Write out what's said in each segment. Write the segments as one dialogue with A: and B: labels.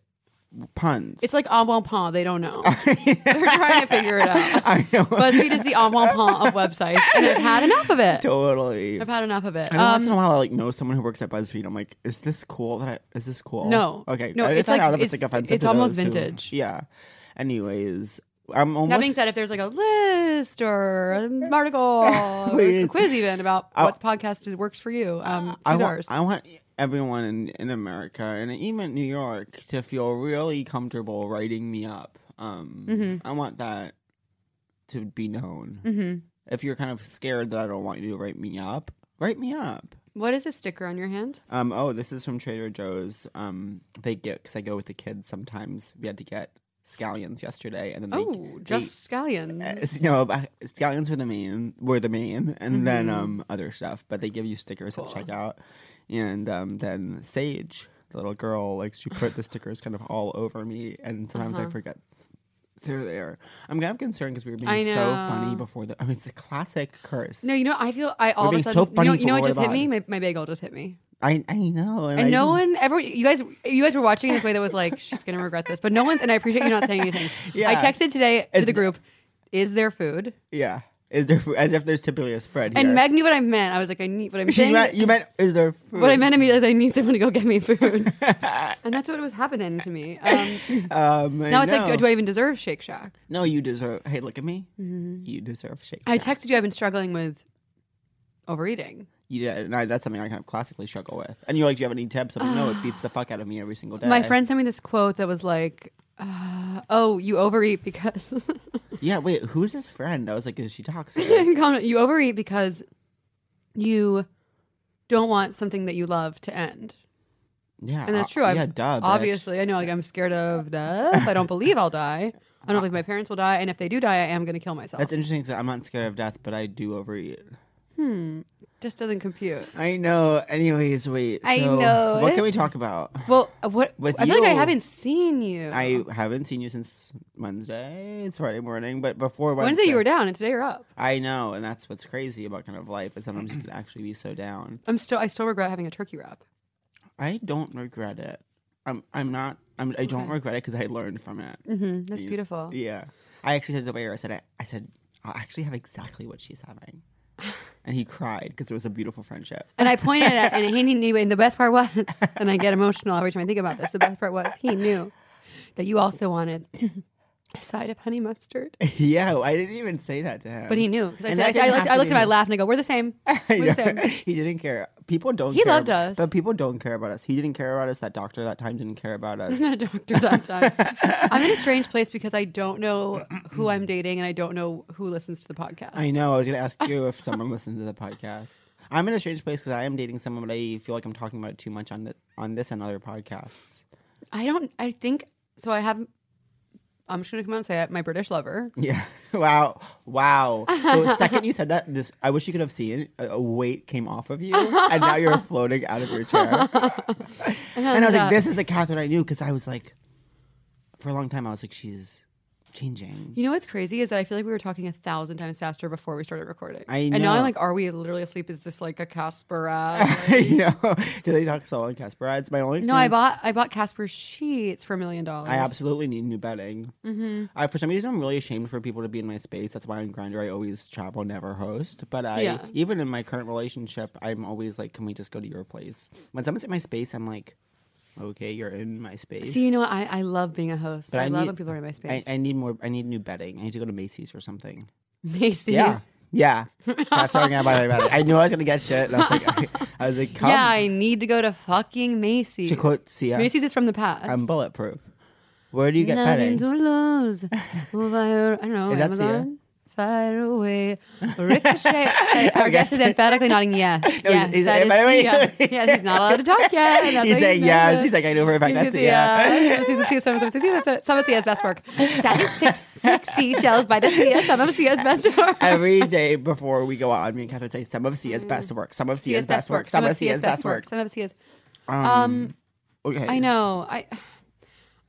A: puns?
B: It's like embonpoint. They don't know. They're trying to figure it out.
A: I know.
B: BuzzFeed is the embonpoint of websites, and I've had enough of it.
A: totally.
B: I've had enough of it. Um,
A: Every once in a while, I like know someone who works at BuzzFeed. I'm like, is this cool? That I, is this cool?
B: No.
A: okay,
B: No,
A: I-
B: it's
A: not
B: like-
A: out of-
B: it's-
A: like offensive.
B: it's
A: to
B: almost
A: those who-
B: vintage.
A: yeah. Anyways, I'm almost.
B: that being said, if there's like a list or an article, or a
A: Please.
B: quiz even about
A: I-
B: what podcast is, works for you, um,
A: I
B: choose
A: want,
B: ours.
A: I want everyone in, in America and even New York to feel really comfortable writing me up. Um,
B: Mm-hmm.
A: I want that to be known.
B: Mhm.
A: If you're kind of scared that I don't want you to write me up, write me up.
B: What is this sticker on your hand?
A: Um, oh, this is from Trader Joe's. Um, they get because I go with the kids sometimes. We had to get scallions yesterday, and then they,
B: Oh,
A: they-
B: just scallion.
A: uh, s- no but scallions were the main were the main, and then
B: Mm-hmm.
A: um other stuff. But they give you stickers at checkout, and um then Sage, the little girl, like she put the stickers kind of all over me, and sometimes
B: Uh-huh.
A: I forget. They're there. I'm kind of concerned because we were
B: I
A: being so
B: know.
A: funny before the. I mean, it's a classic curse.
B: no, you know, I feel I all of
A: being
B: a
A: so
B: sudden. you know,
A: funny
B: you know
A: for
B: what just hit
A: Warbod.
B: me? My, my bagel just hit me,
A: I I know,
B: and
A: I
B: no
A: didn't-
B: one ever. You guys, you guys were watching in this way that was like, she's gonna regret this, but no one's. And I appreciate you not saying anything.
A: Yeah.
B: I texted today to
A: It's-
B: the group. Is there food?
A: Yeah. Is there food? As if there's typically a spread here.
B: And Meg knew what I meant. I was like, I need what I'm
A: She
B: saying.
A: meant, you meant, is there food?
B: what I meant immediately is I need someone to go get me food, and that's what was happening to me. Um,
A: Um,
B: now it's like, do, do I even deserve Shake Shack?
A: No, you deserve. Hey, look at me. You deserve shake.
B: Mm-hmm. I
A: Shack.
B: texted you. I've been struggling with overeating.
A: You did, and I, that's something I kind of classically struggle with. And you're like, do you have any tips? I'm like, no, it beats the fuck out of me every single day.
B: My friend sent me this quote that was like, uh, "Oh, you overeat because
A: Yeah, wait, who's his friend? I was like, is she toxic?
B: Comment, you overeat because you don't want something that you love to end."
A: yeah,
B: And that's
A: uh,
B: true.
A: Yeah,
B: I'm,
A: duh. bitch.
B: Obviously, I know. Like, I'm scared of death. I don't believe I'll die. I don't believe my parents will die. And if they do die, I am going to kill myself.
A: That's interesting because I'm not scared of death, but I do overeat.
B: Just doesn't compute.
A: I know. Anyways, wait.
B: I
A: so
B: know
A: What
B: it.
A: can we talk about?
B: Well, uh, what?
A: With
B: I feel like I
A: you-
B: haven't seen you.
A: I haven't seen you since Wednesday. It's Friday morning, but before Wednesday,
B: Wednesday you were down, and today you're up.
A: I know, and that's what's crazy about kind of life is sometimes you can actually be so down.
B: I'm still. I still regret having a turkey wrap.
A: I don't regret it. I'm I'm not I'm I don't
B: Okay.
A: regret it because I learned from it.
B: hmm That's beautiful.
A: Yeah, I actually said to the waiter, I said I, I said I actually have exactly what she's having, and he cried because it was a beautiful friendship.
B: And I pointed at and he knew. And the best part was, and I get emotional every time I think about this. The best part was he knew that you also wanted a side of honey mustard,
A: yeah, I didn't even say that to him,
B: but he knew. 'Cause I,
A: And
B: said-
A: that
B: I, I
A: didn't
B: looked,
A: have
B: I
A: to
B: looked
A: be
B: at my
A: him.
B: laugh and I go, "We're the same.
A: I
B: We're the
A: know.
B: same."
A: he didn't care. People don't.
B: He
A: care
B: loved
A: ab-
B: us.
A: but people don't care about us. He didn't care about us. That doctor that time didn't care about us.
B: I'm not a doctor that time. I'm in a strange place because I don't know who I'm dating and I don't know who listens to the podcast.
A: I know. I was going to ask you if someone listened to the podcast. I'm in a strange place because I am dating someone, but I feel like I'm talking about it too much on the, on this and other podcasts.
B: I don't. I think so. I have. I'm just gonna come out and say it. My British lover.
A: Yeah. Wow. Wow. The second you said that, this I wish you could have seen a a weight came off of you, and now you're floating out of your chair. and I was like, "This is the Catherine I knew," because I was like, for a long time, I was like, "She's changing.
B: You know what's crazy is that I feel like we were talking a thousand times faster before we started recording.
A: I
B: And now
A: know.
B: I'm like, are we literally asleep? Is this like a Casper? ad?
A: you know, do they talk so on Casper? It's my only.
B: no, I
A: experience.
B: bought I bought Casper sheets for a million dollars.
A: I absolutely need new bedding. Mm-hmm. I, for some reason, I'm really ashamed for people to be in my space. That's why on Grinder I always travel, never host. But I,
B: Yeah.
A: even in my current relationship, I'm always like, "Can we just go to your place?" When someone's in my space, I'm like, "Okay, you're in my space."
B: So you know, what? I I love being a host.
A: But
B: I,
A: I
B: love
A: need-
B: when people are in my
A: I,
B: space.
A: I need more. I need new bedding. I need to go to Macy's or something.
B: Macy's.
A: Yeah, yeah. That's where I'm gonna buy my bedding. I knew I was gonna get shit, and I was like, I, was like, "Come."
B: Yeah, I need to go to fucking Macy's.
A: to quote Sia,
B: Macy's is from the past.
A: I'm bulletproof. Where do you get
B: Nothing
A: bedding?
B: to lose. Via- I don't know.
A: Is that Sia?
B: Amazon. Fire away. Ricochet. I, I
A: Okay.
B: guess he's emphatically nodding yes.
A: No,
B: yes,
A: he's-
B: that
A: he's-
B: is
A: by the way-
B: Sia. yes, he's not allowed to talk yet. and that's
A: He's
B: why
A: saying
B: nervous.
A: yes. He's like, I know for a fact that's a yeah.
B: Yes, yes, yes, yes, Some of Sia's uh, some of Sia's best work. Seven, six, six seashells by the Sia. Some of Sia's best work.
A: Every day before we go out, me and Catherine say some of
B: Mm.
A: Sia's best work, some of Sia's best work, some of Sia's best work.
B: Some of Sia's.
A: Um, okay.
B: I know. I,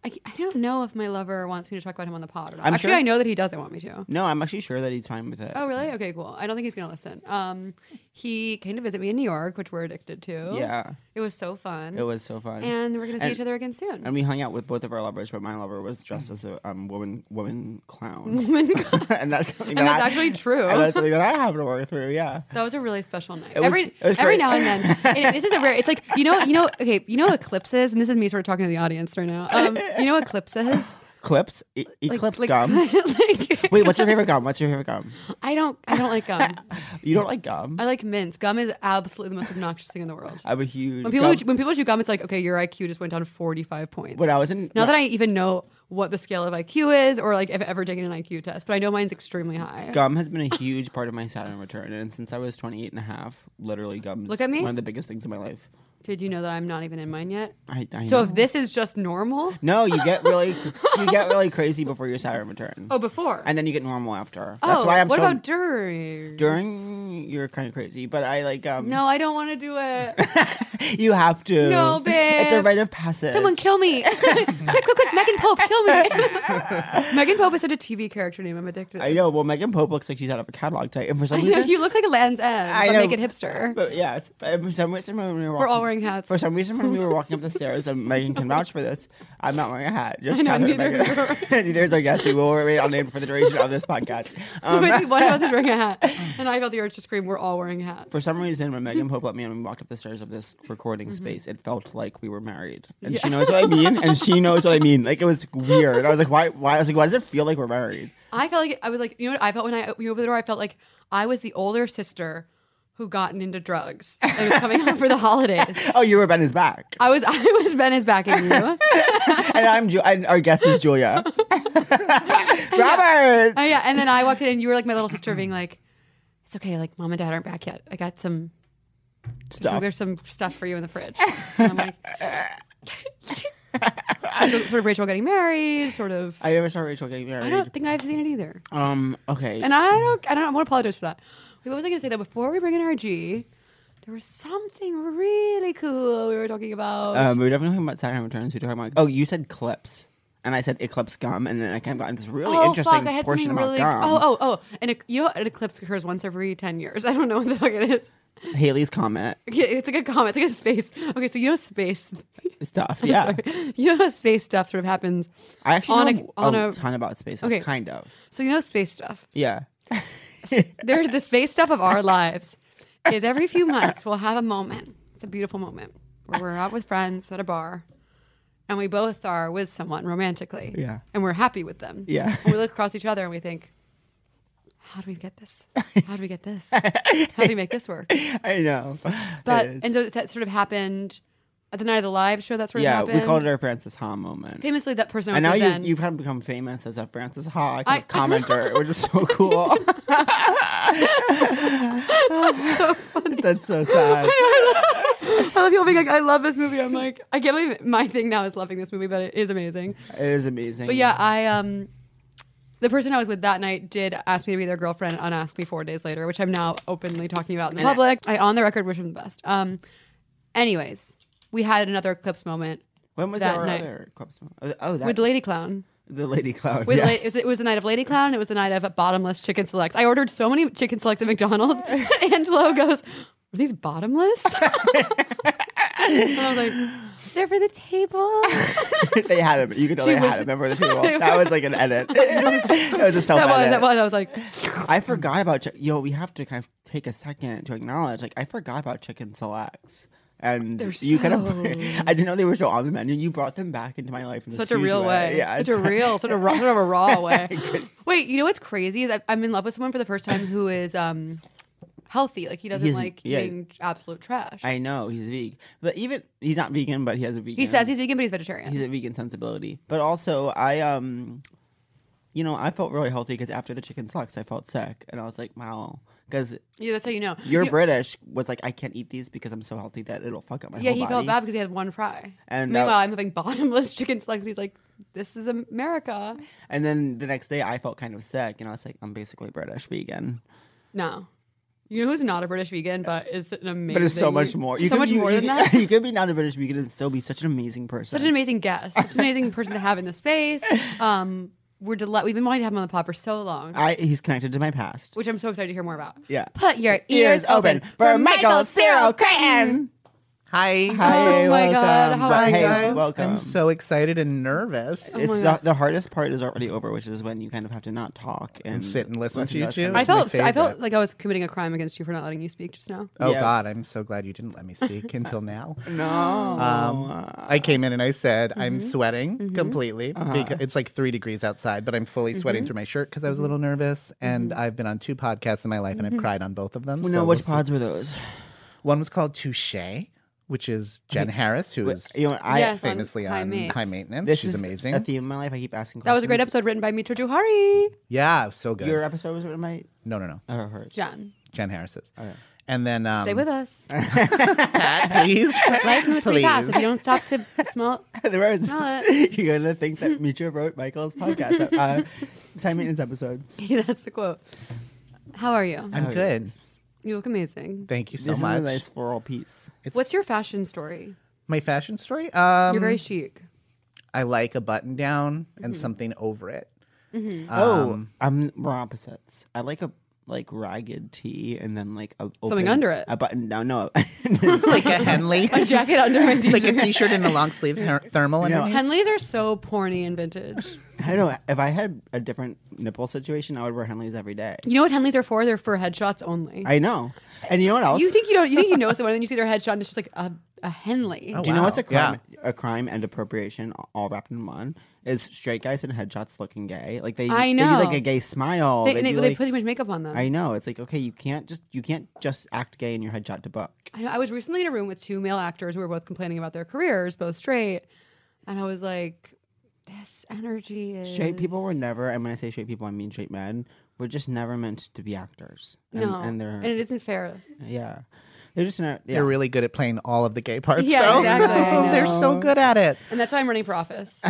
B: I, I don't know if my lover wants me to talk about him on the pod or not.
A: I'm
B: Actually,
A: sure-
B: I know that he doesn't want me to.
A: No, I'm actually sure that he's fine with it.
B: Oh, really? Okay, cool. I don't think he's gonna listen. Um, he came to visit me in New York, which we're addicted to.
A: Yeah,
B: it was so fun.
A: it was so fun.
B: and we're gonna see
A: And-
B: each other again soon.
A: and we hung out with both of our lovers, but my lover was dressed as a um, woman woman clown,
B: Mm. Woman-
A: and that's something that
B: and that's
A: I-
B: actually true.
A: and that's something that I have to work through. Yeah,
B: That was a really special night.
A: was-
B: every
A: it was
B: every
A: great.
B: now and then, and this is a rare. It's like you know, you know. Okay, you know, eclipses, and this is me sort of talking to the audience right now. Um, you know, eclipses,
A: clipped e- eclipse
B: like,
A: gum.
B: like,
A: Wait, what's your favorite gum? What's your favorite gum?
B: I don't, I don't like gum.
A: You don't like gum?
B: I like mints. Gum is absolutely the most obnoxious thing in the world.
A: I'm a huge.
B: When people
A: gum-
B: chew- when people chew gum, it's like okay, your IQ just went down forty five points.
A: when I was in
B: Now that I even know what the scale of IQ is, or like if I've ever taken an IQ test, but I know mine's extremely high.
A: Gum has been a huge part of my Saturn return. And since I was 28 and a half, literally gums.
B: Look at me.
A: One of the biggest things in my life.
B: Did you know that I'm not even in mine yet?
A: I, I
B: So
A: know.
B: if this is just normal,
A: no, you get really you get really crazy before your Saturn return.
B: oh, before
A: And then you get normal after.
B: oh,
A: That's why I'm
B: what
A: so,
B: about during?
A: during you're kind of crazy, but I like um
B: No, I don't want to do it.
A: you have to.
B: No,
A: It's a
B: babe.
A: rite of passage.
B: Someone kill me! quick, quick, quick! Megan Pope, kill me! Megan Pope is such a TV character name. I'm addicted.
A: I know. Well, Megan Pope looks like she's out of a catalog type. And for some
B: I know,
A: reason
B: you look like a Land's End.
A: I
B: but
A: know.
B: make it hipster.
A: But yes, but for some reason when we were,
B: We're
A: walking-
B: all wearing hats.
A: For some reason, when we were walking up the stairs, and Megan can vouch for this, I'm not wearing a hat. Just
B: I know,
A: Catherine
B: neither
A: and Megan. neither is our guest. We will remain unnamed for the duration of this podcast.
B: So
A: Um,
B: basically, one of us is wearing a hat, and I felt the urge to scream, "We're all wearing hats."
A: for some reason, when Megan Pope let me in and we walked up the stairs of this recording
B: Mm-hmm.
A: space, it felt like we were married, and she knows what I mean, and she knows what I mean. Like it was weird. I was like, why? Why? I was like, why does it feel like we're married?
B: I felt like I was like, you know what I felt when I when you opened the door? I felt like I was the older sister who gotten into drugs and was coming home for the holidays.
A: Oh, you were Ben is back,
B: I was I was Ben is backing you. Uh,
A: and I'm Ju- and our guest is Julia. Robert.
B: Oh yeah, and then I walked in and you were like my little sister being like, It's okay, like mom and dad aren't back yet. I got some there's some,
A: Stop.
B: there's some stuff for you in the fridge. And I'm like sort of Rachel getting married, sort of I,
A: I never saw Rachel getting married.
B: don't think I've seen it either.
A: Um. Okay.
B: And I don't I don't I want to apologize for that. Wait, what was I gonna say though? Before we bring in our G, there was something really cool we were talking about.
A: um, we were definitely talking about Saturn returns. We were talking about. Oh, you said clips, and I said eclipse gum, and then I kind of got into this really
B: oh
A: interesting
B: fuck! I had
A: portion
B: something
A: about
B: really.
A: gum.
B: Oh oh oh! And it, you know, an eclipse occurs once every ten years. I don't know what the fuck it is.
A: Haley's comment
B: Okay, It's like a comet. It's like a space. Okay, so you know space.
A: stuff. Yeah,
B: Sorry. You know how space stuff sort of happens.
A: I actually
B: On a-
A: know a,
B: on a-
A: ton about space.
B: Okay.
A: Okay, kind of.
B: So you know space stuff.
A: Yeah.
B: there's the space stuff of our lives is every few months we'll have a moment. It's a beautiful moment where we're out with friends at a bar and we both are with someone romantically.
A: Yeah.
B: And we're happy with them.
A: Yeah.
B: And we look across each other and we think, how do we get this? How do we get this? How do we make this work?
A: I know.
B: But
A: It is.
B: and so that sort of happened at the night of the live show. That sort
A: yeah,
B: of happened.
A: we called it our Francis Ha moment.
B: famously that person. I was
A: and now
B: with
A: you've,
B: then.
A: you've kind of become famous as a Francis Ha kind
B: I-
A: of commenter, which is so cool. That's so sad.
B: I love people being like, I love this movie. I'm like, I can't believe my thing now is loving this movie, but it is amazing.
A: It is amazing.
B: But yeah, I um the person I was with that night did ask me to be their girlfriend and asked me four days later, which I'm now openly talking about in the public. I on the record wish him the best. Um anyways, we had another eclipse moment
A: When was
B: that
A: our
B: night-
A: other eclipse? moment? Oh, that
B: with Lady Clown.
A: The Lady Cloud.
B: With la-
A: yes.
B: it was the night of Lady Clown. It was the night of bottomless chicken selects. I ordered so many chicken selects at McDonald's. Angelo goes, "Are these bottomless?" and I was like, "They're for the table."
A: they had him. You could tell
B: She
A: they
B: was-
A: had him over the table. That was like an edit. that was a self
B: that was
A: edit.
B: that was. I was like,
A: I forgot about chi- yo. We have to kind of take a second to acknowledge. Like I forgot about chicken selects, and you kind of. I didn't know they were still on the menu. You brought them back into my life in
B: such
A: this
B: a
A: huge
B: real way.
A: Yeah,
B: such a
A: it's-
B: real, sort of raw, sort of a raw way. Wait, you know what's crazy is I, I'm in love with someone for the first time who is um healthy. Like he doesn't
A: He's-
B: like
A: yeah.
B: eating absolute trash.
A: I know he's vegan, but even he's not vegan, but he has a vegan.
B: he says he's vegan, but he's vegetarian.
A: he's a vegan sensibility. But also, I um, you know, I felt really healthy because after the chicken selects, I felt sick, and I was like, wow, because
B: yeah, that's how you know.
A: your
B: You-
A: British was like, I can't eat these because I'm so healthy that it'll fuck up my
B: Yeah,
A: whole
B: he
A: body.
B: felt bad because he had one fry.
A: And, uh,
B: meanwhile, I'm having bottomless chicken selects. He's like, "This is America."
A: And then the next day, I felt kind of sick, and I was like, I'm basically British vegan.
B: No, you know who's not a British vegan, but is an amazing.
A: But it's so much more.
B: so much
A: be-
B: more
A: you,
B: than that.
A: You could be not a British vegan and still be such an amazing person.
B: Such an amazing guest. Such an amazing person to have in the space. Um, we're deli- We've been wanting to have him on the pod for so long,
A: I, he's connected to my past.
B: which I'm so excited to hear more about.
A: Yeah.
B: Put your ears, open for Michael Cyril Creighton.
C: Hi.
A: Hi,
B: Oh my God,
A: welcome.
B: how
A: But
B: are you
A: hey,
B: guys?
A: Welcome.
C: I'm so Oh excited and nervous.
A: It's the, the hardest part is already over, which is when you kind of have to not talk and,
C: sit and listen to you
A: us
C: two.
A: kind of-
B: I
C: That's my
B: felt I felt
C: favorite.
B: like I was committing a crime against you for not letting you speak just now.
C: Oh
A: Yeah.
C: God, I'm so glad you didn't let me speak until now.
A: No.
C: Um, I came in and I said I'm
A: Mm-hmm.
C: sweating completely
A: Uh-huh.
C: because it's like three degrees outside, but I'm fully sweating
A: Mm-hmm.
C: through my shirt because I was a little nervous. And I've been on two podcasts in my life and
A: Mm-hmm.
C: I've cried on both of them.
A: no,
C: so
A: which
C: we'll see.
A: pods were those?
C: One was called Touche, which is Jen Harris, who is
A: You know, I,
B: Yes.
C: famously
B: On High
C: on
B: Maintenance.
C: High Maintenance.
A: this
C: She's
A: is
C: amazing.
A: a theme in my life. I keep asking
B: That
A: questions.
B: was a great episode written by Mitra Johari.
C: yeah, so good.
A: Your episode was written by
C: no, no, no.
A: or hers.
B: Jen,
C: Jen Harris's.
A: Oh,
C: And then um,
B: stay with us.
C: Pat, please.
B: Life moves pretty fast if you don't stop to smell.
A: the roads.
B: Not-
A: You're gonna think that Mitra wrote Michael's podcast. Uh, time maintenance episode.
B: That's the quote. How are you?
C: I'm good.
B: You look amazing.
C: Thank you so
A: this
C: much.
A: is a nice floral piece.
B: What's your fashion story?
C: My fashion story. Um,
B: You're very Mm-hmm. chic.
C: I like a button down and something over it.
B: Mm-hmm.
A: Oh, um, we're opposites. I like a like ragged tee and then like a open-
B: under it.
A: A button. No, no.
C: Like a Henley.
B: Oh. A jacket under my
C: like a
B: t-shirt.
C: t-shirt and a long sleeve her- thermal
A: know,
C: underneath.
B: Henleys are so porny and vintage.
A: I don't know. If I had a different nipple situation, I would wear Henleys every day.
B: You know what Henleys are for? They're for headshots only.
A: I know. And you know what else?
B: you think you don't? You think you know someone, and then you see their headshot, and it's just like a, a Henley.
C: Oh,
A: Do you know
C: Wow.
A: what's a crime? A crime and appropriation all wrapped in one is straight guys in headshots looking gay. Like they, they
B: I
A: do
B: know.
A: like a gay smile.
B: They, they,
A: do,
B: they
A: like-
B: put too much makeup on them.
A: I
B: I,
A: know. It's like okay, you can't just you can't just act gay in your headshot to book.
B: know. I was recently in a room with two male actors who were both complaining about their careers, both straight, and I was like, "This energy is
A: Straight people were never, and when I say straight people, I mean straight men. We're just never meant to be actors. And,
B: no,"
A: and they're
B: it isn't fair.
A: yeah, they're just not. Yeah.
C: They're really good at playing all of the gay parts.
B: Yeah,
C: though.
B: exactly, I
C: They're
B: know.
C: so good at it.
B: And that's why I'm running for office.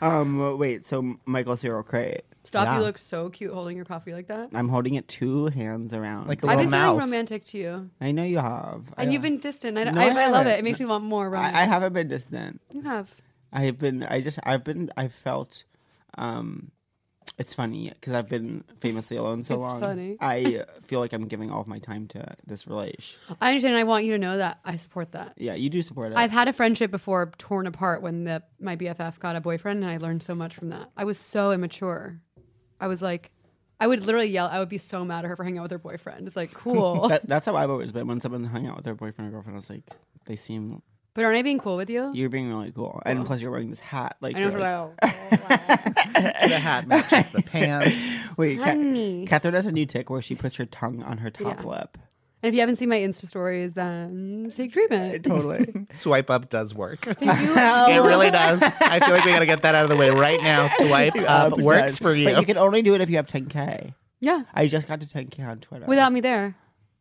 A: um. Wait. So Michael Cyril Crate.
B: Stop!
C: Yeah.
B: You look so cute holding your coffee like that.
A: I'm holding it two hands around.
C: Like
A: Like
C: a
B: I've
C: little
B: been feeling
C: mouse.
B: romantic to you,
A: I know you have. I
B: and you've
A: don't-
B: been distant. I, don't-
A: No,
B: I,
A: I
B: I love it.
A: haven't.
B: It makes me want more romance.
A: I, I haven't been distant.
B: You have.
A: I have been. I just. I've been. I felt. Um, it's funny because I've been famously alone so
B: It's
A: long.
B: funny.
A: I feel like I'm giving all of my time to this relation.
B: I understand. and I want you to know that I support that.
A: Yeah, you do support it.
B: I've had a friendship before torn apart when the my BFF got a boyfriend, and I learned so much from that. I was so immature. I was like, I would literally yell. I would be so mad at her for hanging out with her boyfriend. It's like cool,
A: that, that's how I've always been. When someone hung out with their boyfriend or girlfriend, I was like, they seem
B: but aren't I being cool with you?
A: you're being really cool, and plus you're wearing this hat. Like,
B: I know.
A: you're
B: for
A: like,
B: like,
C: The hat matches the pants.
A: wait, Ca-
B: Honey.
A: Catherine has a new tick where she puts her tongue on her top lip.
B: and if you haven't seen my Insta stories, then take treatment.
A: Totally.
C: Swipe up does work. It
B: Thank you.
C: really does. I feel like we gotta get that out of the way right now. Swipe up works for you.
A: But you can only do it if you have 10k.
B: Yeah,
A: I just got to 10k on Twitter.
B: without me there.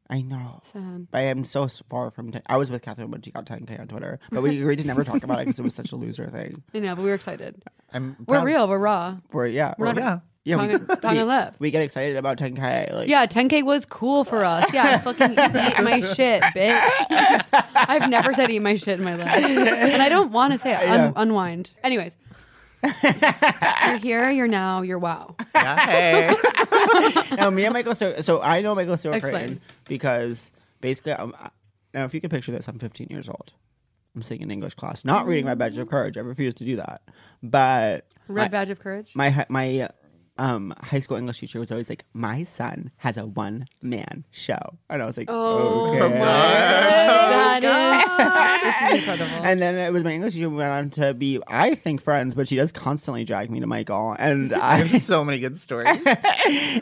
A: I know.
B: Sad.
A: But I am so s- far from. Ten- I was with Catherine when she got 10k on Twitter, but we agreed to never talk about it because it was such a loser thing.
B: I know, but we were excited.
C: I'm
B: We're
C: proud-
B: real. We're raw.
A: Where yeah,
B: We're
A: we're-
C: Yeah.
A: Um, yeah,
B: tongue,
A: we,
B: and, tongue and lip.
A: we get excited about 10k. Like,
B: Yeah, 10K was cool for us. Yeah, fucking eat my shit, bitch. I've never said eat my shit in my life. And I don't want to say it. Un- Unwind. Anyways, You're here, you're now, you're wow.
C: Yeah, hey.
A: now me and Michael Stewart. So I know Michael Stewart
B: Explain.
A: Curtin because basically, I'm, I- now if you can picture this, I'm 15 years old. I'm sitting in English class, not reading my Badge of Courage. I refuse to do that. But
B: Red badge of courage.
A: my hi- my um high school English teacher was always like, "My son has a one man show," and I was like,
B: Oh.
A: "Okay."
B: That is- this is incredible.
A: And then it was my English teacher who went on to be, I think, friends, but she does constantly drag me to Michael, and I
C: There's so many good stories.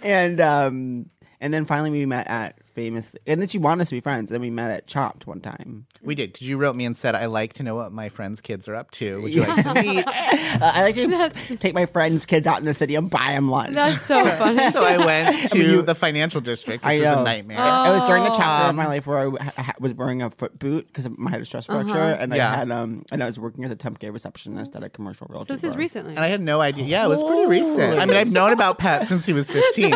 A: and um and then finally we met at famous and then she wanted us to be friends and we met at chopped one time
C: We did because you wrote me and said, "I like to know what my friends' kids are up to. Would you like to meet?"
A: uh, i like to take my friends kids out in the city and buy them lunch
B: That's so funny.
C: so I went to the financial district, which
A: I
C: was
A: know.
C: a nightmare.
B: Oh.
A: it was during the chapter of my life where I ha- ha- was wearing a foot boot because I had a stress
B: Uh-huh.
A: fracture, and
C: Yeah.
A: I had um, and I was working as a temp gay receptionist at a commercial realty.
B: So this is
A: firm.
B: recently.
C: And I had no idea. Yeah, it was pretty recent. I mean, I've known about Pat since he was 15.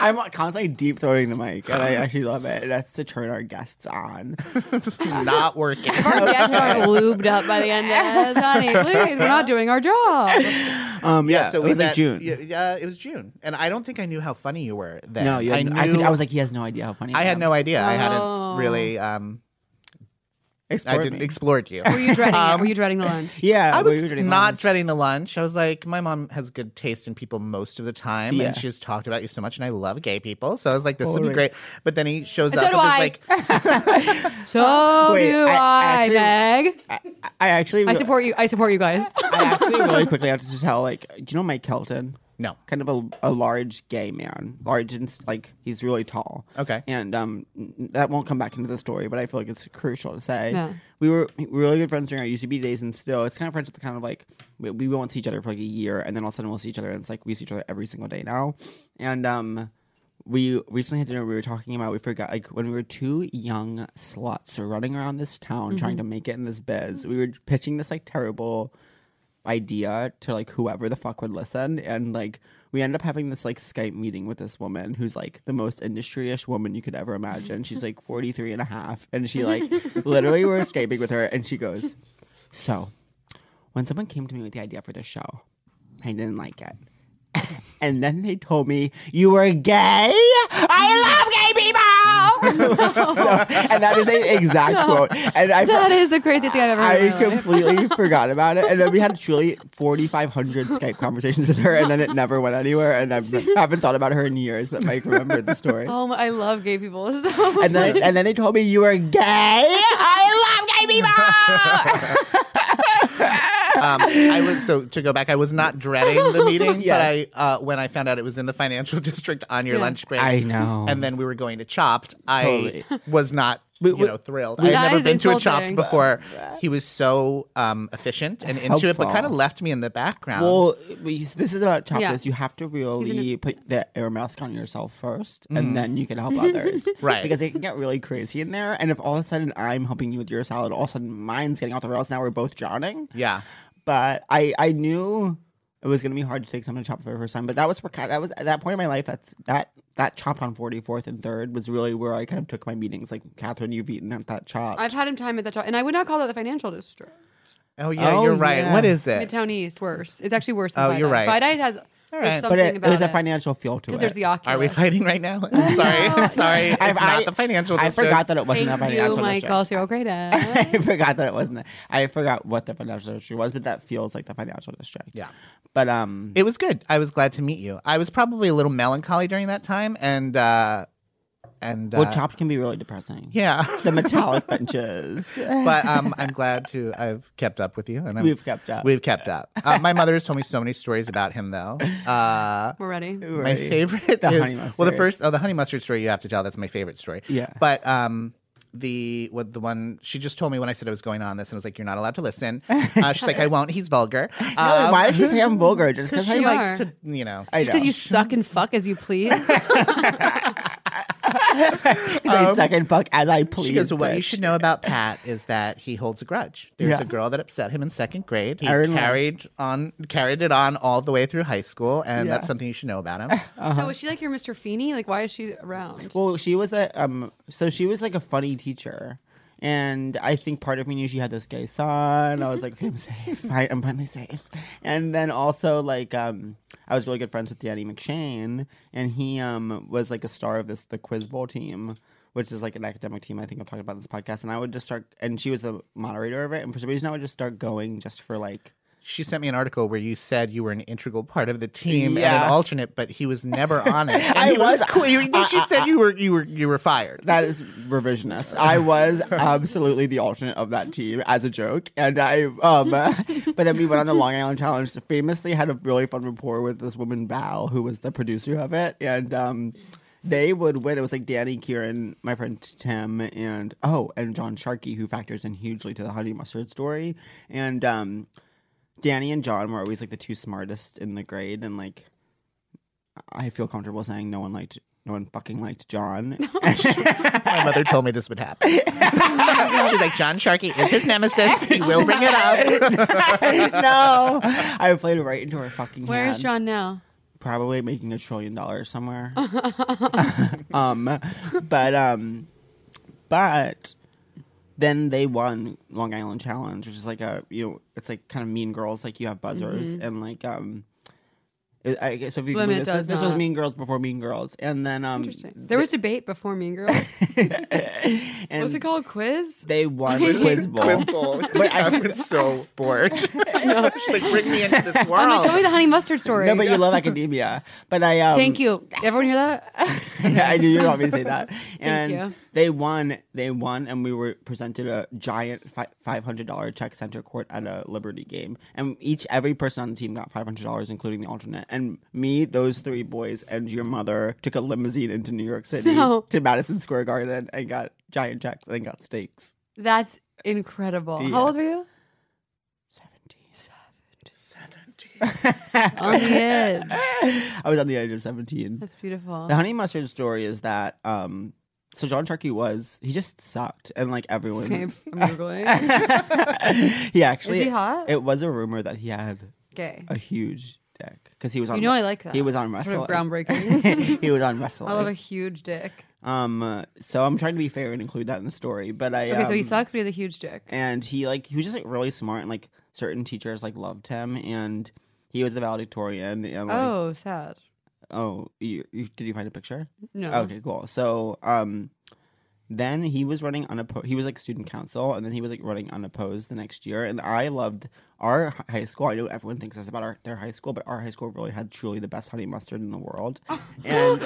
A: I'm constantly deep throating the mic, and I actually love it. That's to turn our guests on.
C: It's not working.
B: our guests aren't lubed up by the end of this. Honey, please, we're not doing our job.
A: Um, yeah, so it was like
C: met-
A: June.
C: Yeah, yeah, it was June. And I don't think I knew how funny you were then.
A: No, you
C: I
A: had,
C: knew.
A: I, could, I was like, he has no idea how funny.
C: I had no idea. I
B: Oh.
C: hadn't really. Um, I
A: Explore
C: didn't
A: me.
C: explored you.
B: Were you dreading
C: Um,
B: it? Were you dreading the lunch?
A: yeah,
C: I
A: we
C: was
A: were doing
C: not
A: lunch.
C: dreading the lunch. I was like, my mom has good taste in people most of the time,
A: Yeah.
C: and she's talked about you so much, and I love gay people, so I was like, this would be
A: Totally.
C: great. But then he shows
B: So
C: up
B: do
C: and is
B: I.
C: like,
B: So
A: Wait,
B: do
A: I-
B: I,
A: I actually-
B: Meg.
A: I, I actually,
B: I support you. I support you guys.
A: I actually really quickly have to just tell, like, do you know Mike Kelton?
C: no.
A: Kind of a, a large gay man, large and s- like he's really tall.
C: Okay.
A: and um, n- that won't come back into the story, but I feel like it's crucial to say.
B: Yeah.
A: We were we were really good friends during our UCB days, and still, it's kind of friendship that kind of like we, we won't see each other for like a year, and then all of a sudden we'll see each other, and it's like we see each other every single day now. And um, we recently had dinner. We were talking about we forgot like when we were two young sluts running around this town trying to make it in this biz. We were pitching this like terrible idea to like whoever the fuck would listen and like we end up having this like skype meeting with this woman who's like the most industry-ish woman you could ever imagine she's like 43 and a half and she like literally we're skyping with her and she goes so when someone came to me with the idea for this show i didn't like it and then they told me you were gay i love gay people so, and that is an exact quote and i
B: that is the craziest thing I've ever heard.
A: I
B: in my life.
A: completely forgot about it, and then we had truly 4,500 Skype conversations with her, and then it never went anywhere. And I've, I haven't thought about her in years, but Mike remembered the story.
B: Oh, my, I love gay people. So
A: And then, and then they told me you were gay. I love gay people.
C: Um, I was so to go back. I was not dreading the meeting,
A: Yes.
C: but I uh, when I found out it was in the financial district on your
B: Yeah.
C: lunch break,
A: I know.
C: and then we were going to Chopped. I
A: Totally.
C: was not.
A: We- we-
C: you know, thrilled.
B: That
C: I had
B: is
C: never been to a
B: insulting.
C: chopped before. He was so um, efficient and into it, but
A: Helpful.
C: kind of left me in the background.
A: Well, we- this is about chapters.
B: Yeah.
A: You have to really put the air mask on yourself 1st and then you can help others.
C: Mm-hmm. Right.
A: Because it can get really crazy in there. And if all of a sudden I'm helping you with your salad, all of a sudden mine's getting off the rails. Now we're both drowning.
C: yeah,
A: but I I knew it was gonna be hard to take someone to chop for the first time. But that was where ki- that was at that point in my life. That's that that chopped on forty fourth and third was really where I kind of took my meetings. Like Catherine, you've eaten at that chop.
B: I've had him time at that job, and I would not call that the financial district.
C: Oh yeah,
A: Oh,
C: you're right.
A: yeah.
C: What is it?
B: Midtown East, worse. It's actually worse. Than
C: Oh,
B: Fide
C: you're
B: Eye.
C: right.
B: Fide Eye has
C: right.
B: there's
C: But
B: something
A: but it, it
B: about
A: was
B: it.
A: a financial feel to it.
B: Because there's the Oculus.
C: Are we fighting right now? I'm sorry. I'm sorry. It's
A: I've-
C: not
A: I-
C: the financial
A: I
C: district.
A: forgot that it wasn't
B: Thank
A: that
B: you,
A: financial district.
B: Michael Theograda.
A: I forgot that it wasn't. The, I forgot what the financial district was, but that feels like the financial district.
C: Yeah.
A: But um,
C: It was good. I was glad to meet you. I was probably a little melancholy during that time, and uh, and uh,
A: well, chopped can be really depressing.
C: yeah.
A: The metallic benches.
C: but um, I'm glad to. I've kept up with you, and I'm,
A: We've kept up.
C: We've kept up. Uh, my mother has told me so many stories about him, though. Uh,
B: We're ready.
C: my favorite
A: The
C: is
A: honey
C: well, the
A: mustard.
C: first oh, the honey mustard story you have to tell. That's my favorite story.
A: Yeah.
C: but um. The what the one she just told me when I said I was going on this and I was like you're not allowed to listen. Uh, she's like I won't. He's vulgar.
A: No,
C: Um,
A: why does she say I'm vulgar? Just because I
B: she
A: like.
B: are.
C: likes to you know
A: I know.
B: Because you suck and fuck as you please.
A: I suck and fuck as I please.
C: Um, She goes, What you
A: bitch."
C: should know about Pat is that he holds a grudge. There's
A: Yeah.
C: a girl that upset him in second grade. He
A: Erin Lynn.
C: carried on carried it on all the way through high school, and
A: Yeah.
C: that's something you should know about him.
B: So was she like your Mr. Feeney? Like, why is she around?
A: Well, she was a um. So she was like a funny teacher, And I think part of me knew she had this gay son. I was like, okay, I'm safe. I, I'm finally safe. And then also, like, um, I was really good friends with Danny McShane, and he um, was like a star of this the Quiz Bowl team, which is like an academic team. I think I've talked about in this podcast. And I would just start, and she was the moderator of it. And for some reason, I would just start going just for like
C: She sent me an article where you said you were an integral part of the team and
A: Yeah.
C: an alternate, but he was never on it. And
A: I
C: he
A: was-
C: cool. You, she said you were you were you were fired.
A: That is revisionist. I was absolutely the alternate of that team as a joke, and I. Um, but then we went on the Long Island Challenge. Famously, had a really fun rapport with this woman Val, who was the producer of it, and um, they would win. It was like Danny, Kieran, my friend Tim, and oh, and John Sharkey, who factors in hugely to the honey mustard story, and um, Danny and John were always like the two smartest in the grade, and like I feel comfortable saying no one liked. No one fucking liked John.
C: My mother told me this would happen. She's like, John Sharkey is his nemesis. He will bring it up.
A: no, I played it right into her fucking.
B: Where's
A: hands.
B: John now?
A: Probably making a trillion dollars somewhere. um, but um, but then they won Long Island Challenge, which is like a you know it's like kind of Mean Girls, like you have buzzers and like um. it- I guess so if you can
B: Mm-hmm. Women
A: believe
B: does
A: this, this was
B: not.
A: Mean Girls before Mean Girls, and then um,
B: Interesting. There was debate before Mean Girls.
A: and
B: What's it called? Quiz?
A: They won Quiz Bowl.
C: Quiz bowl. Catherine's so bored. She's like, bring me into this world.
B: No, tell me the honey mustard story.
A: No, but you love academia. But I um,
B: Thank you. Everyone hear that?
A: Yeah, I knew you want me to say that. And
B: you.
A: they won. They won, and we were presented a giant fi- five hundred dollar check center court at a Liberty game, and each every person on the team got five hundred dollars, including the alternate. And me, those three boys, and your mother took a limousine into New York City
B: No.
A: to Madison Square Garden and got giant checks and got steaks.
B: That's incredible.
A: Yeah.
B: How old were you?
A: Seventeen.
B: On the edge.
A: I was on the age of seventeen.
B: That's beautiful.
A: The honey mustard story is that um so John Sharkey was he just sucked and like everyone
B: Okay, I'm googling.
A: he actually
B: Is he hot?
A: It was a rumor that he had
B: Okay.
A: a huge dick because he was on.
B: You know I like that.
A: He was on wrestling.
B: Sort of groundbreaking.
A: he was on wrestling.
B: I love a huge dick.
A: um, uh, so I'm trying to be fair and include that in the story, but I.
B: Okay, so he
A: um,
B: sucked, but he has a huge dick.
A: and he like he was just like really smart and like certain teachers like loved him and he was the valedictorian and like oh,
B: Oh, sad.
A: you, you, did you find a picture?
B: No.
A: Okay, cool. So, um, then he was running unopposed. He was like student council, and then he was like running unopposed the next year. And I loved our hi- high school. I know everyone thinks this about our, their high school, but our high school really had truly the best honey mustard in the world. And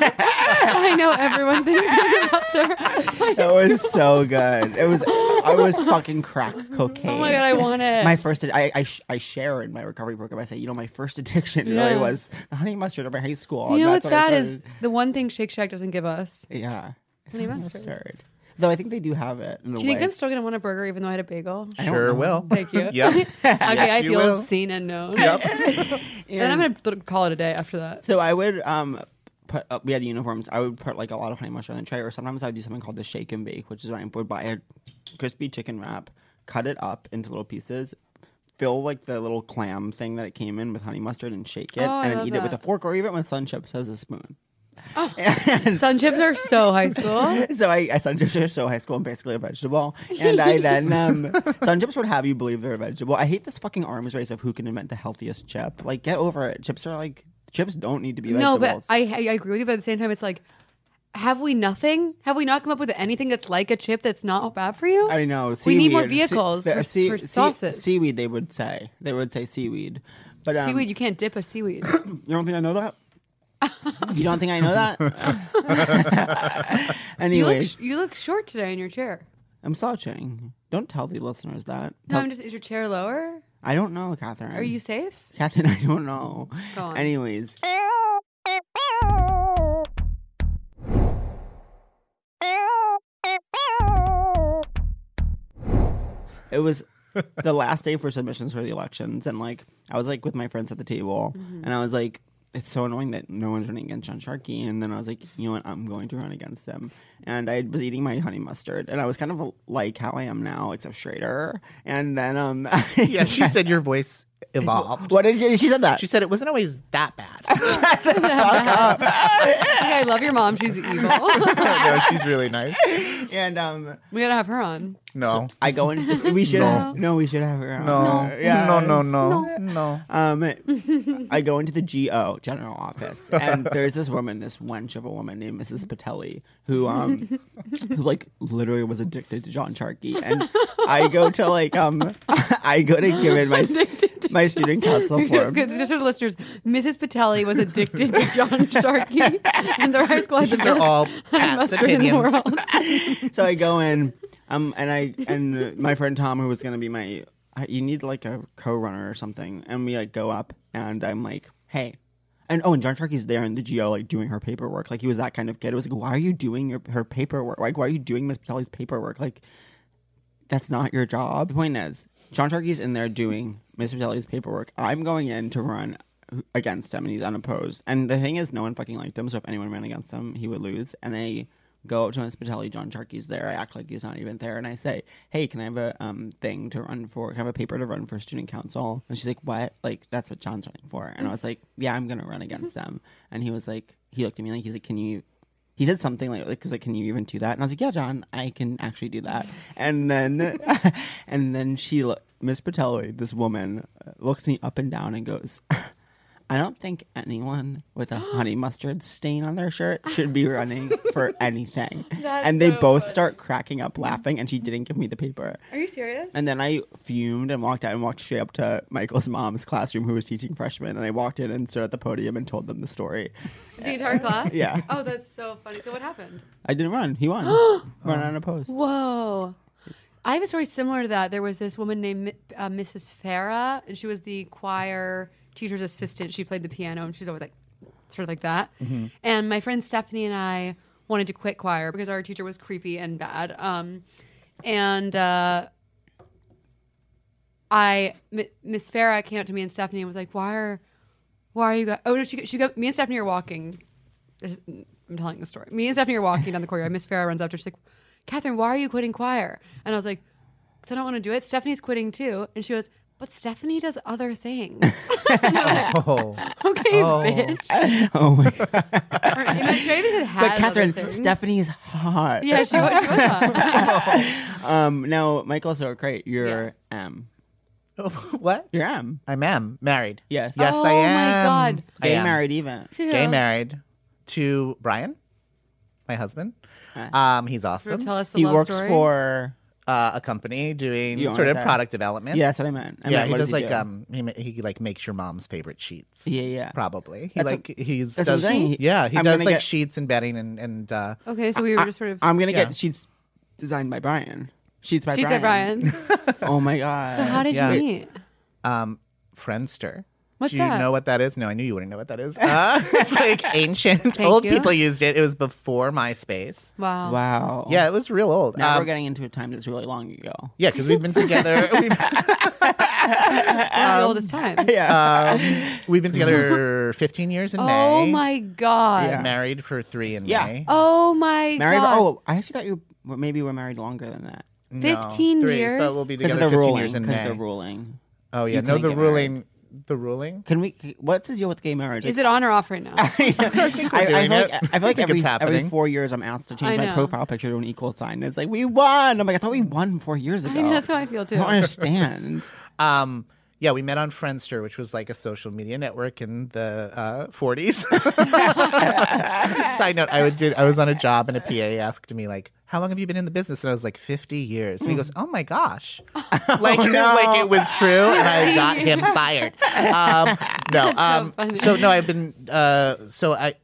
B: I know everyone thinks this is out there.
A: it was so good. It was I was fucking crack cocaine.
B: Oh my god, I want it.
A: my first, I, I, sh- I share in my recovery program. I say, you know, my first addiction
B: Yeah.
A: really was the honey mustard of my high school.
B: you
A: and
B: know what's
A: Oh, that's when I
B: sad is
A: started-
B: the one thing Shake Shack doesn't give us.
A: yeah, It's
B: Honey
A: honey
B: mustard.
A: mustard. Though I think they do have it. In a
B: Do you think
A: way.
B: I'm still gonna want a burger even though I had a bagel? Okay,
A: don't
C: Sure
A: know.
C: will.
B: Thank you.
C: Yep. Yes,
B: I
C: you
B: feel
C: will.
B: obscene and known.
C: Yep.
B: And I'm gonna th- call it a day after that.
A: So I would um put uh, we had uniforms. I would put like a lot of honey mustard on the tray, or sometimes I would do something called the shake and bake, which is when I would buy a crispy chicken wrap, cut it up into little pieces, fill like the little clam thing that it came in with honey mustard, and shake it,
B: Oh, I
A: and
B: love
A: then eat it with a
B: that.
A: fork or even with sun chips as a spoon.
B: Sun chips are so high school.
A: So I, I sun chips are so high school and basically a vegetable, and I then um, sun chips would have you believe they're a vegetable. I hate this fucking arms race of who can invent the healthiest chip. Like get over it. Chips are like chips don't need to be
B: No,
A: vegetables.
B: but I, I agree with you. But at the same time, it's like, have we nothing? Have we not come up with anything that's like a chip that's not bad for you?
A: I know.
B: We need more
A: seaweed. Se-
B: vehicles
A: the-
B: for,
A: sea-
B: for
A: sea-
B: sauces.
A: seaweed, they would say. They would say seaweed. But um,
B: seaweed. You can't dip a seaweed.
A: You don't think I know that? you don't think I know that?
B: you look
A: Anyways,
B: sh- you look short today in your chair.
A: I'm slouching. Don't tell the listeners that.
B: No,
A: Tell-
B: I'm just. Is your chair lower?
A: I don't know, Catherine.
B: Are you safe?
A: Catherine, I don't know.
B: Go on.
A: Anyways, it was the last day for submissions for the elections and like i was like with my friends at the table and i was like it's so annoying that no one's running against john sharkey and then i was like you know what i'm going to run against him and i was eating my honey mustard and i was kind of like how i am now except straighter and then um
C: Yeah, she said your voice evolved.
A: What did she? She said that.
C: She said it wasn't always that bad.
B: I love your mom. She's evil.
C: no, she's really nice.
A: and um,
B: we gotta have her on.
C: No.
A: I go into. We should.
C: No.
A: Have, no, we should have her. on.
C: No.
A: Yeah.
C: no, no, no, no,
A: Um, I go into the GO general office, and there's this woman, this wench of a woman named Mrs. Patelli, who um, who like literally was addicted to John Charkey, and I go to like um, I go to give in my s-
B: Addicted to
A: my student council form.
B: Because just for the listeners, Mrs. Patelli was addicted to John Sharkey and their high school had the
C: These are
B: best
C: all Pat's
B: mustard in the
C: opinions.
B: world.
A: So I go in, um, and I and my friend Tom, who was gonna be my, I- you need like a co-runner or something, and we like go up, and I'm like, hey, and oh, and John Sharkey's there in the GO like doing her paperwork, like he was that kind of kid. It was like, why are you doing your her paperwork? Like, why are you doing Miss Patelli's paperwork? Like, that's not your job. The point is, John Sharkey's in there doing Miss Patelli's paperwork. I'm going in to run against him, and he's unopposed. And the thing is, no one fucking liked him, so if anyone ran against him, he would lose. And I go up to Miss Patelli, John Sharkey's there. I act like he's not even there, and I say, "Hey, can I have a um, thing to run for? Can I have a paper to run for student council?" And she's like, "What? Like that's what John's running for?" And I was like, "Yeah, I'm gonna run against him." And he was like, he looked at me like he's like, "Can you?" he said something like, like, 'cause, like, can you even do that? And I was like, yeah, John, I can actually do that. And then, and then she, lo- Miss Patelli, this woman, uh, looks me up and down and goes, I don't think anyone with a honey mustard stain on their shirt should be running for anything. and they both start cracking up laughing, and she didn't give me the paper.
B: Are you serious?
A: And then I fumed and walked out and walked straight up to Michael's mom's classroom, who was teaching freshmen. And I walked in and stood at the podium and told them the story.
B: The entire class?
A: Yeah.
B: Oh, that's so funny. So what happened?
A: I didn't run. He won. run unopposed.
B: Whoa. I have a story similar to that. There was this woman named Mi- uh, Mrs. Farah, and she was the choir teacher's assistant. She played the piano, and she's always like, sort of like that. And my friend Stephanie and I wanted to quit choir because our teacher was creepy and bad. Um, and uh, I, M- Miss Farah came up to me and Stephanie and was like, "Why are, why are you guys?" Oh no, she she got me and Stephanie are walking. This- I'm telling the story. Me and Stephanie are walking down the courtyard. Miss Farah runs up to her. She's like, "Catherine, why are you quitting choir?" And I was like, "Cause I don't want to do it." Stephanie's quitting too, and she goes, "But Stephanie does other things." And I was
C: Oh.
B: like, okay, bitch.
A: Oh my god.
B: Or- it might- Maybe it has.
A: But
B: other
A: Catherine,
B: things.
A: Stephanie's hot.
B: Yeah, she was. She was hot.
A: Um, no, Michael, so great. You're M.
C: what?
A: You're M.
C: I am married.
A: Yes.
C: Yes,
B: Oh
C: I
B: my
C: am.
B: God.
C: I
A: Gay
C: am.
A: married even.
C: Gay married to Brian, my husband. Um, he's awesome.
B: Tell us the
A: He
B: love
A: works
B: story.
A: for.
C: uh, a company doing
A: You don't
C: sort of
A: understand.
C: product development.
A: Yeah, that's what I meant. I
C: yeah.
A: meant,
C: He
A: what
C: does
A: he
C: like
A: do?
C: um, he ma- he like makes your mom's favorite sheets.
A: Yeah, yeah.
C: Probably. He
A: That's
C: like he's
A: that's what I'm
C: does
A: saying. He-
C: yeah he
A: I'm
C: does
A: gonna
C: like
A: get-
C: sheets and bedding and and uh,
B: Okay, so we were just sort of.
A: I'm gonna
C: Yeah.
A: get sheets designed by Brian. Sheets by
B: she said
A: Brian.
B: Brian.
A: Oh my god.
B: So how did
C: Yeah.
B: you meet?
C: um Friendster.
B: What's
C: Do you
B: that?
C: know what that is? No, I knew you wouldn't know what that is. Uh, it's like ancient. old
B: you.
C: people used it. It was before MySpace.
B: Wow.
A: wow.
C: Yeah, it was real old.
A: Now
C: Um,
A: we're getting into a time that's really long ago.
C: yeah, because we've been together. We've,
B: One of the oldest times.
C: um, we've been together 15 years in
B: Oh
C: May.
B: my god.
A: Yeah.
C: Married for three in
A: Yeah.
C: May.
B: Oh my
A: Married?
B: god.
A: Oh, I actually thought you were, maybe were married longer than that.
C: No,
B: 15
C: three,
B: years?
C: But we'll be
A: Because of
C: together
A: the
C: 15
A: ruling.
C: years in
A: Because
C: May.
A: of the ruling.
C: Oh yeah,
A: You
C: no,
A: couldn't
C: the
A: get
C: ruling, the ruling.
A: Can we? What's this deal with gay marriage?
B: Is it on or off right now?
A: I, I
C: doing
A: feel like,
C: it.
A: I feel like
C: I think it's
A: every, every
C: happening.
A: four years I'm asked to
B: I
A: change my
B: know.
A: profile picture to an equal sign. It's like, we won. I'm like, I thought we won four years ago.
B: I know, that's how I feel too.
A: I don't understand.
C: Um, yeah, we met on Friendster, which was like a social media network in the uh, 40s. Side note: I would did I was on a job and a PA asked me like, "How long have you been in the business?" And I was like, "50 years."
A: Hmm.
C: And he goes, "Oh my gosh!"
A: Oh,
C: Like, like it was true, and I got him fired. Um, no, um,
B: funny.
C: so no, I've been uh, so I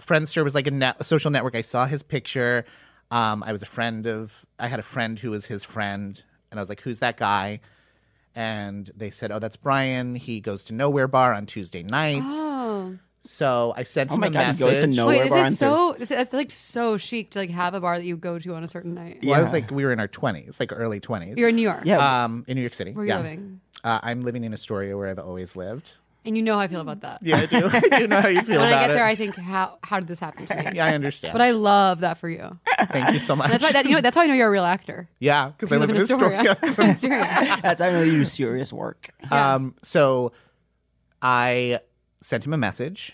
C: Friendster was like a, net, a social network. I saw his picture. Um, I was a friend of. I had a friend who was his friend, and I was like, "Who's that guy?" And they said, "Oh, that's Brian. He goes to Nowhere Bar on Tuesday nights."
B: Oh.
C: So I sent
A: Oh
C: him
A: my
C: a
A: God, he
C: message.
A: goes to Nowhere
B: Wait, is
A: Bar on
B: this so? This, that's like so chic to like have a bar that you go to on a certain night.
C: Well, I was
A: Yeah.
C: like, we were in our twenties, like early twenties.
B: You're in New York.
A: Yeah.
C: um, in New York City.
B: Where are you
C: yeah.
B: living?
C: Uh, I'm living in Astoria, where I've always lived.
B: And you know how I feel about that.
C: Yeah, I do. I do know how you feel
B: when
C: about
B: I get
C: it.
B: there, I think, how how did this happen to me?
C: yeah, I understand.
B: But I love that for you.
C: Thank you so much.
B: That's why that you know that's how I know you're a real actor.
C: yeah, because I
B: You
C: live in Astoria. Uh,
B: Astoria.
A: That's how I know you do serious work.
C: Um, so I sent him a message,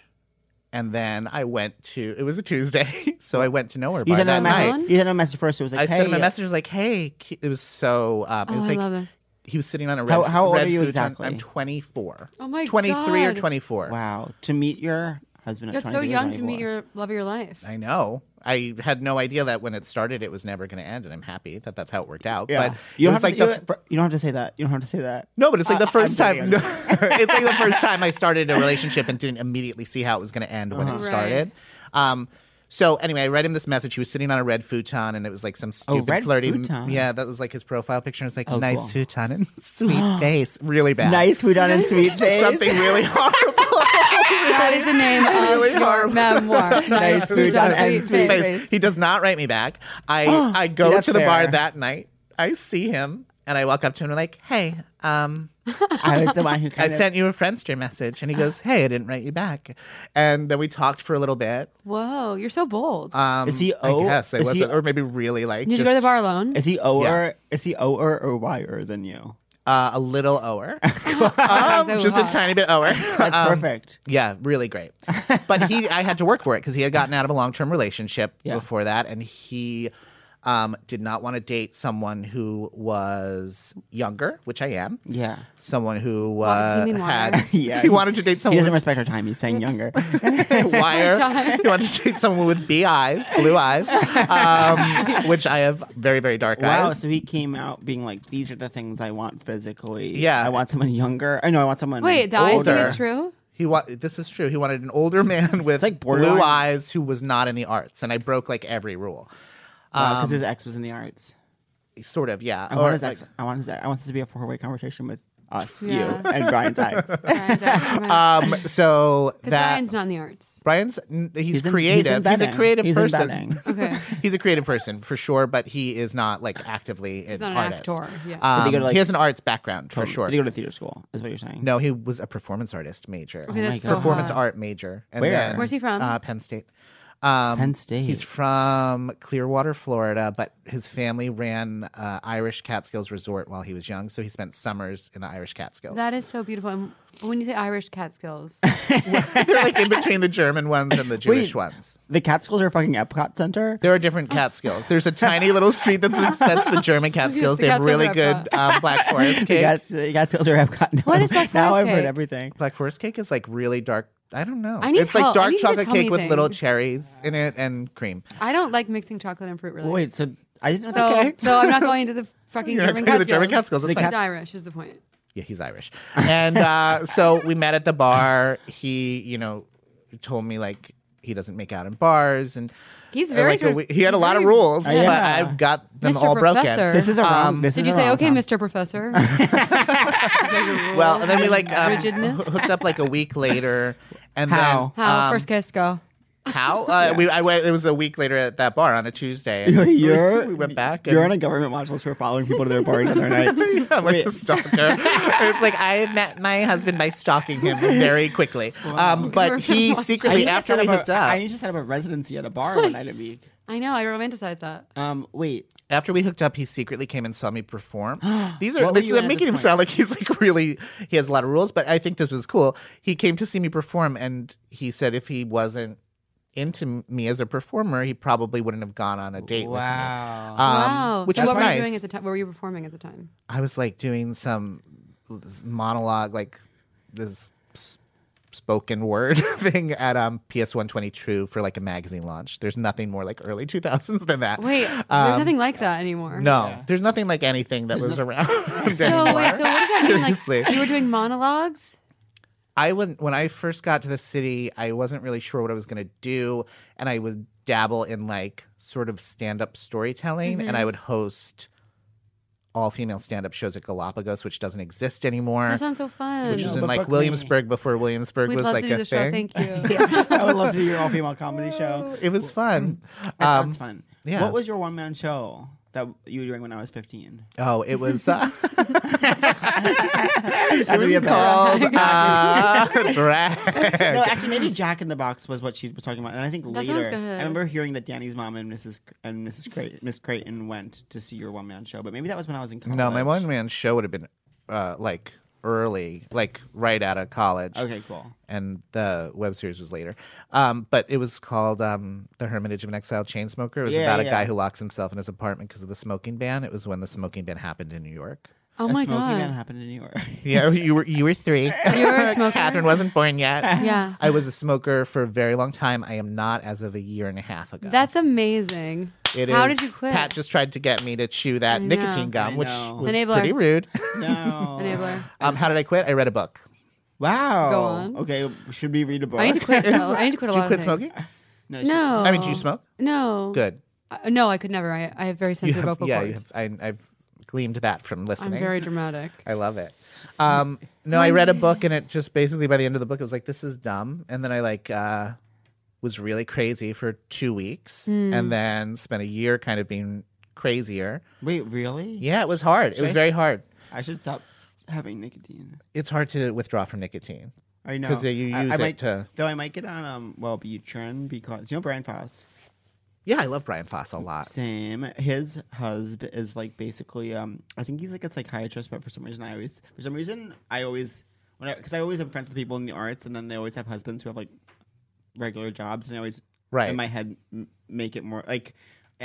C: and then I went to. It was a Tuesday, so I went to Nowhere
A: You
C: Bar
A: sent him a
C: that
A: message.
C: night.
B: Alone?
A: You sent him a message first. It was like,
C: I
A: hey,
C: sent him a message like, "Hey," ki- it was so. Um, it
B: Oh,
C: was
B: I
C: like
B: love this.
C: he was sitting on a red.
A: How- how old
C: red
A: are you
C: futon.
A: exactly?
C: I'm 24.
B: Oh my
C: 23 or
B: God.
C: 24.
A: uh, Wow, to meet your husband. At
B: That's so
A: 23,
B: young to meet
A: 24.
B: your love of your life.
C: I know. I had no idea that when it started, it was never going to end, and I'm happy that that's how it worked out.
A: Yeah.
C: But
A: you don't
C: it was
A: have
C: like
A: to,
C: the
A: you, don't, you don't have to say that. You don't have to say that.
C: No, but it's like the
A: I-
C: 1st
A: I'm
C: time.
A: kidding.
C: No, it's like the first time I started a relationship and didn't immediately see how it was going to end when it
A: Uh-huh.
B: Right.
C: started. Um, so anyway, I read him this message. He was sitting on a red futon, and it was like some stupid
A: Oh, red
C: flirty.
A: futon. Oh,
C: Yeah, that was like his profile picture. It's like nice
A: cool.
C: futon and sweet face, really bad.
A: Nice food on and sweet face.
C: something really horrible.
B: That is the name of
C: Really
B: your
C: horrible.
B: memoir.
A: Nice food on and sweet
B: face.
C: face. He does not write me back. I I go
A: That's
C: to the bar
A: fair.
C: that night. I see him, and I walk up to him and I'm like, "Hey, um,
A: I was the one who
C: I
A: kind of-
C: sent you a Friendster message, and he goes, "Hey, I didn't write you back." And then we talked for a little bit.
B: Whoa, you're so bold.
C: Um,
A: Is he
C: I
A: O?
C: guess I
A: Oh, Is he-
C: wasn't, or maybe really like
B: Did
C: just
B: you go to the bar alone?
A: Is he O
C: Yeah.
A: or is he O or or Y or than you?
C: uh, a little ower,
B: Oh,
C: um,
B: so
C: just a
B: hot.
C: tiny bit ower.
A: That's
C: Um,
A: perfect.
C: Yeah, really great. But he, I had to work for it because he had gotten out of a long term relationship
A: Yeah.
C: before that, and he um, did not want to date someone who was younger, which I am.
A: Yeah.
C: Someone who
B: does he
C: uh,
B: mean
C: had
B: wider?
A: Yeah.
C: he wanted to date
A: He
C: someone
A: doesn't respect our time. He's saying younger.
C: wire.
B: time.
C: You want to date someone with B eyes, blue eyes, um, which I have very, very dark
A: wow.
C: eyes.
A: So he came out being like, "These are the things I want physically.
C: Yeah.
A: I want someone younger. Oh, I know. I want someone
B: Wait, that
A: older.
B: is true.
C: He wa- this is true. He wanted an older man with
A: like borderline-
C: blue eyes who was not in the arts, and I broke like every rule.
B: Um,
A: because Uh, his ex was in the arts.
C: Sort of, yeah.
A: I want his ex. I want his. I want this to be a four-way conversation with us,
B: Yeah.
A: you, and Brian's ex.
B: Brian's out. Right.
C: um, so
B: Because
C: that
B: Brian's not in the arts.
C: Brian's n- he's,
A: He's in- he's in
C: creative. He's, a
A: betting.
C: creative
A: He's in
C: person.
A: betting.
B: Okay.
C: he's a creative person for sure, but he is not like actively an
B: not an
C: artist.
B: actor, yeah.
C: Um,
A: Did
C: he,
A: he go to, like-
C: has an arts background for sure.
A: Did he go to theater school? Is what you're saying?
C: No, he was a performance artist major.
B: Okay, that's so
C: performance
B: hot.
C: art major. And
A: Oh Where?
C: then,
B: Where's he from?
C: Uh, Penn State. Um,
A: Penn State.
C: He's from Clearwater, Florida, but his family ran uh, Irish Catskills Resort while he was young, so he spent summers in the Irish Catskills.
B: That is so beautiful. And when you say Irish Catskills,
C: They're like in between the German ones and the Jewish ones.
A: The Catskills are fucking Epcot Center.
C: There are different Catskills. There's a tiny little street that's, that's the German Catskills.
B: the
C: They have
B: Catskills
C: really
B: are
C: good um, Black Forest
A: The
C: cake.
A: Cats- the Catskills are Epcot. No,
B: What is Black
A: Now
B: Forest
A: I've heard
B: cake?
A: everything.
C: Black forest cake is like really dark. I don't know.
B: I need
C: it's like
B: help. I
C: dark
B: need you to
C: chocolate
B: tell me
C: cake with little
B: things.
C: cherries in it and cream.
B: I don't like mixing chocolate and fruit really.
A: Wait, so I didn't know
B: so,
A: that.
B: so I'm not going to the fucking
C: You're not
B: German
C: going
B: Catskills.
C: to the German Catskills, that's
B: He's
C: fine.
B: Irish is the point.
C: Yeah, he's Irish. And uh, so we met at the bar. He, you know, told me like he doesn't make out in bars and
B: He's very.
C: like,
B: sort of-
C: we- he had a lot of
B: very-
C: rules,
B: Yeah.
C: but I got them
B: Mr.
C: all
B: Professor.
C: broken.
A: This is a wrong. this
B: um,
A: is
B: Did you
A: a
B: say
A: wrong
B: okay,
A: time.
B: Mr. Professor?
C: Well, and then we like um,
B: Rigidness?
C: hooked up like a week later, and
A: How?
C: then
B: How
C: um,
B: first kiss go?
C: how? Uh, We I went. It was a week later at that bar on a Tuesday. and we-
A: You're,
C: we went back.
A: You're
C: and-
A: on a government watch list for following people to their bars on their nights.
C: I'm like
A: Wait.
C: a stalker. it's like I met my husband by stalking him very quickly. Um, but he secretly, after we hooked up,
A: I need to set up a residency at a bar one night a week.
B: I know. I romanticize that.
A: Um, wait,
C: after we hooked up, he secretly came and saw me perform. These are
A: What were
C: this
A: you
C: is I'm
A: at
C: making him
A: this
C: sound like he's like really he has a lot of rules, but I think this was cool. He came to see me perform, and he said if he wasn't into me as a performer, he probably wouldn't have gone on a date with me.
A: wow.
C: Um,
B: wow.
C: which
B: so
C: was
B: what were
C: nice.
B: you doing at the time? What were you performing at the time?
C: I was like doing some monologue, like this s- spoken word thing at um, PS 122 for like a magazine launch. There's nothing more like early 2000s than that.
B: Wait, there's nothing like that anymore.
C: Um, No, there's nothing like anything that was around.
B: So wait, so what does that mean?
C: Seriously.
B: Like you were doing monologues?
C: I went when I first got to the city. I wasn't really sure what I was gonna do, and I would dabble in like sort of stand-up storytelling, and
B: Mm-hmm.
C: I would host all-female stand-up shows at Galapagos, which doesn't exist anymore,
B: That sounds so fun.
C: which was in
A: but
C: like
A: book me.
C: Williamsburg before Williamsburg
B: We'd
C: was
B: love
C: like
B: to do
C: a
B: the show.
C: thing.
B: Thank you.
A: I would love to do your all-female comedy show.
C: It was fun.
A: That
C: Um,
A: sounds fun.
C: yeah.
A: What was your one-man show? that you were doing when I was 15?
C: Oh, it was. Uh, it
A: be
C: was
A: a better-
C: called uh, drag.
A: No, actually, maybe Jack in the Box was what she was talking about, and I think
B: That
A: later
B: sounds good.
A: I remember hearing that Danny's mom and Mrs. C- and Mrs. Cray- Miss Creighton went to see your one man show, but maybe that was when I was in college.
C: No, my one man show would have been uh, like early, like right out of college.
A: Okay, cool.
C: And the web series was later. Um, but it was called um, The Hermitage of an Exiled Chainsmoker. It was
A: Yeah,
C: about a
A: yeah.
C: guy who locks himself in his apartment because of the smoking ban. It was when the smoking ban happened in New York.
B: Oh
A: That
B: my
A: smoking ban
B: god.
A: happened in New York.
C: Yeah, you were you were three.
B: You were a smoker?
C: Catherine wasn't born yet.
B: Yeah.
C: I was a smoker for a very long time. I am not as of a year and a half ago.
B: That's amazing.
C: It
B: How
C: is-
B: did you quit?
C: Pat just tried to get me to chew that
B: I
C: nicotine gum,
A: I
C: which
A: know.
C: was
B: Enabler.
C: pretty rude.
A: no.
B: Enabler.
C: Um, how did I quit? I read a book.
A: Wow.
B: Go on.
A: Okay, should we read a book?
B: I need to quit. though. I need to quit a
C: Did
B: lot
C: you quit
B: of things. Oh.
C: smoking?
A: no. should-
B: No.
C: I mean, did you smoke?
B: No.
C: Good.
B: Uh, no, I could never. I, I have very
C: You
B: sensitive
C: have-
B: vocal
C: yeah, you
B: cords.
C: have, I, I've gleamed that from
B: I'm
C: listening.
B: very dramatic.
C: I love it. Um, no, I read a book and it just basically by the end of the book, it was like, this is dumb. And then I like uh, was really crazy for two weeks
B: Hmm.
C: and then spent a year kind of being crazier.
A: Wait, really?
C: Yeah, it was hard. It
A: Should
C: was
A: I-
C: very hard.
A: I should stop having nicotine.
C: It's hard to withdraw from nicotine.
A: I know
C: 'Cause, uh, you
A: I- I
C: use it
A: might-
C: to-
A: Though I might get on um Wellbutrin because you know Brian Foss.
C: Yeah, I love Brian Foss a lot.
A: Same. His husband is like basically um I think he's like a psychiatrist, but for some reason I always for some reason I always when I because I always am friends with people in the arts and then they always have husbands who have like regular jobs and I always
C: Right.
A: in my head m- make it more like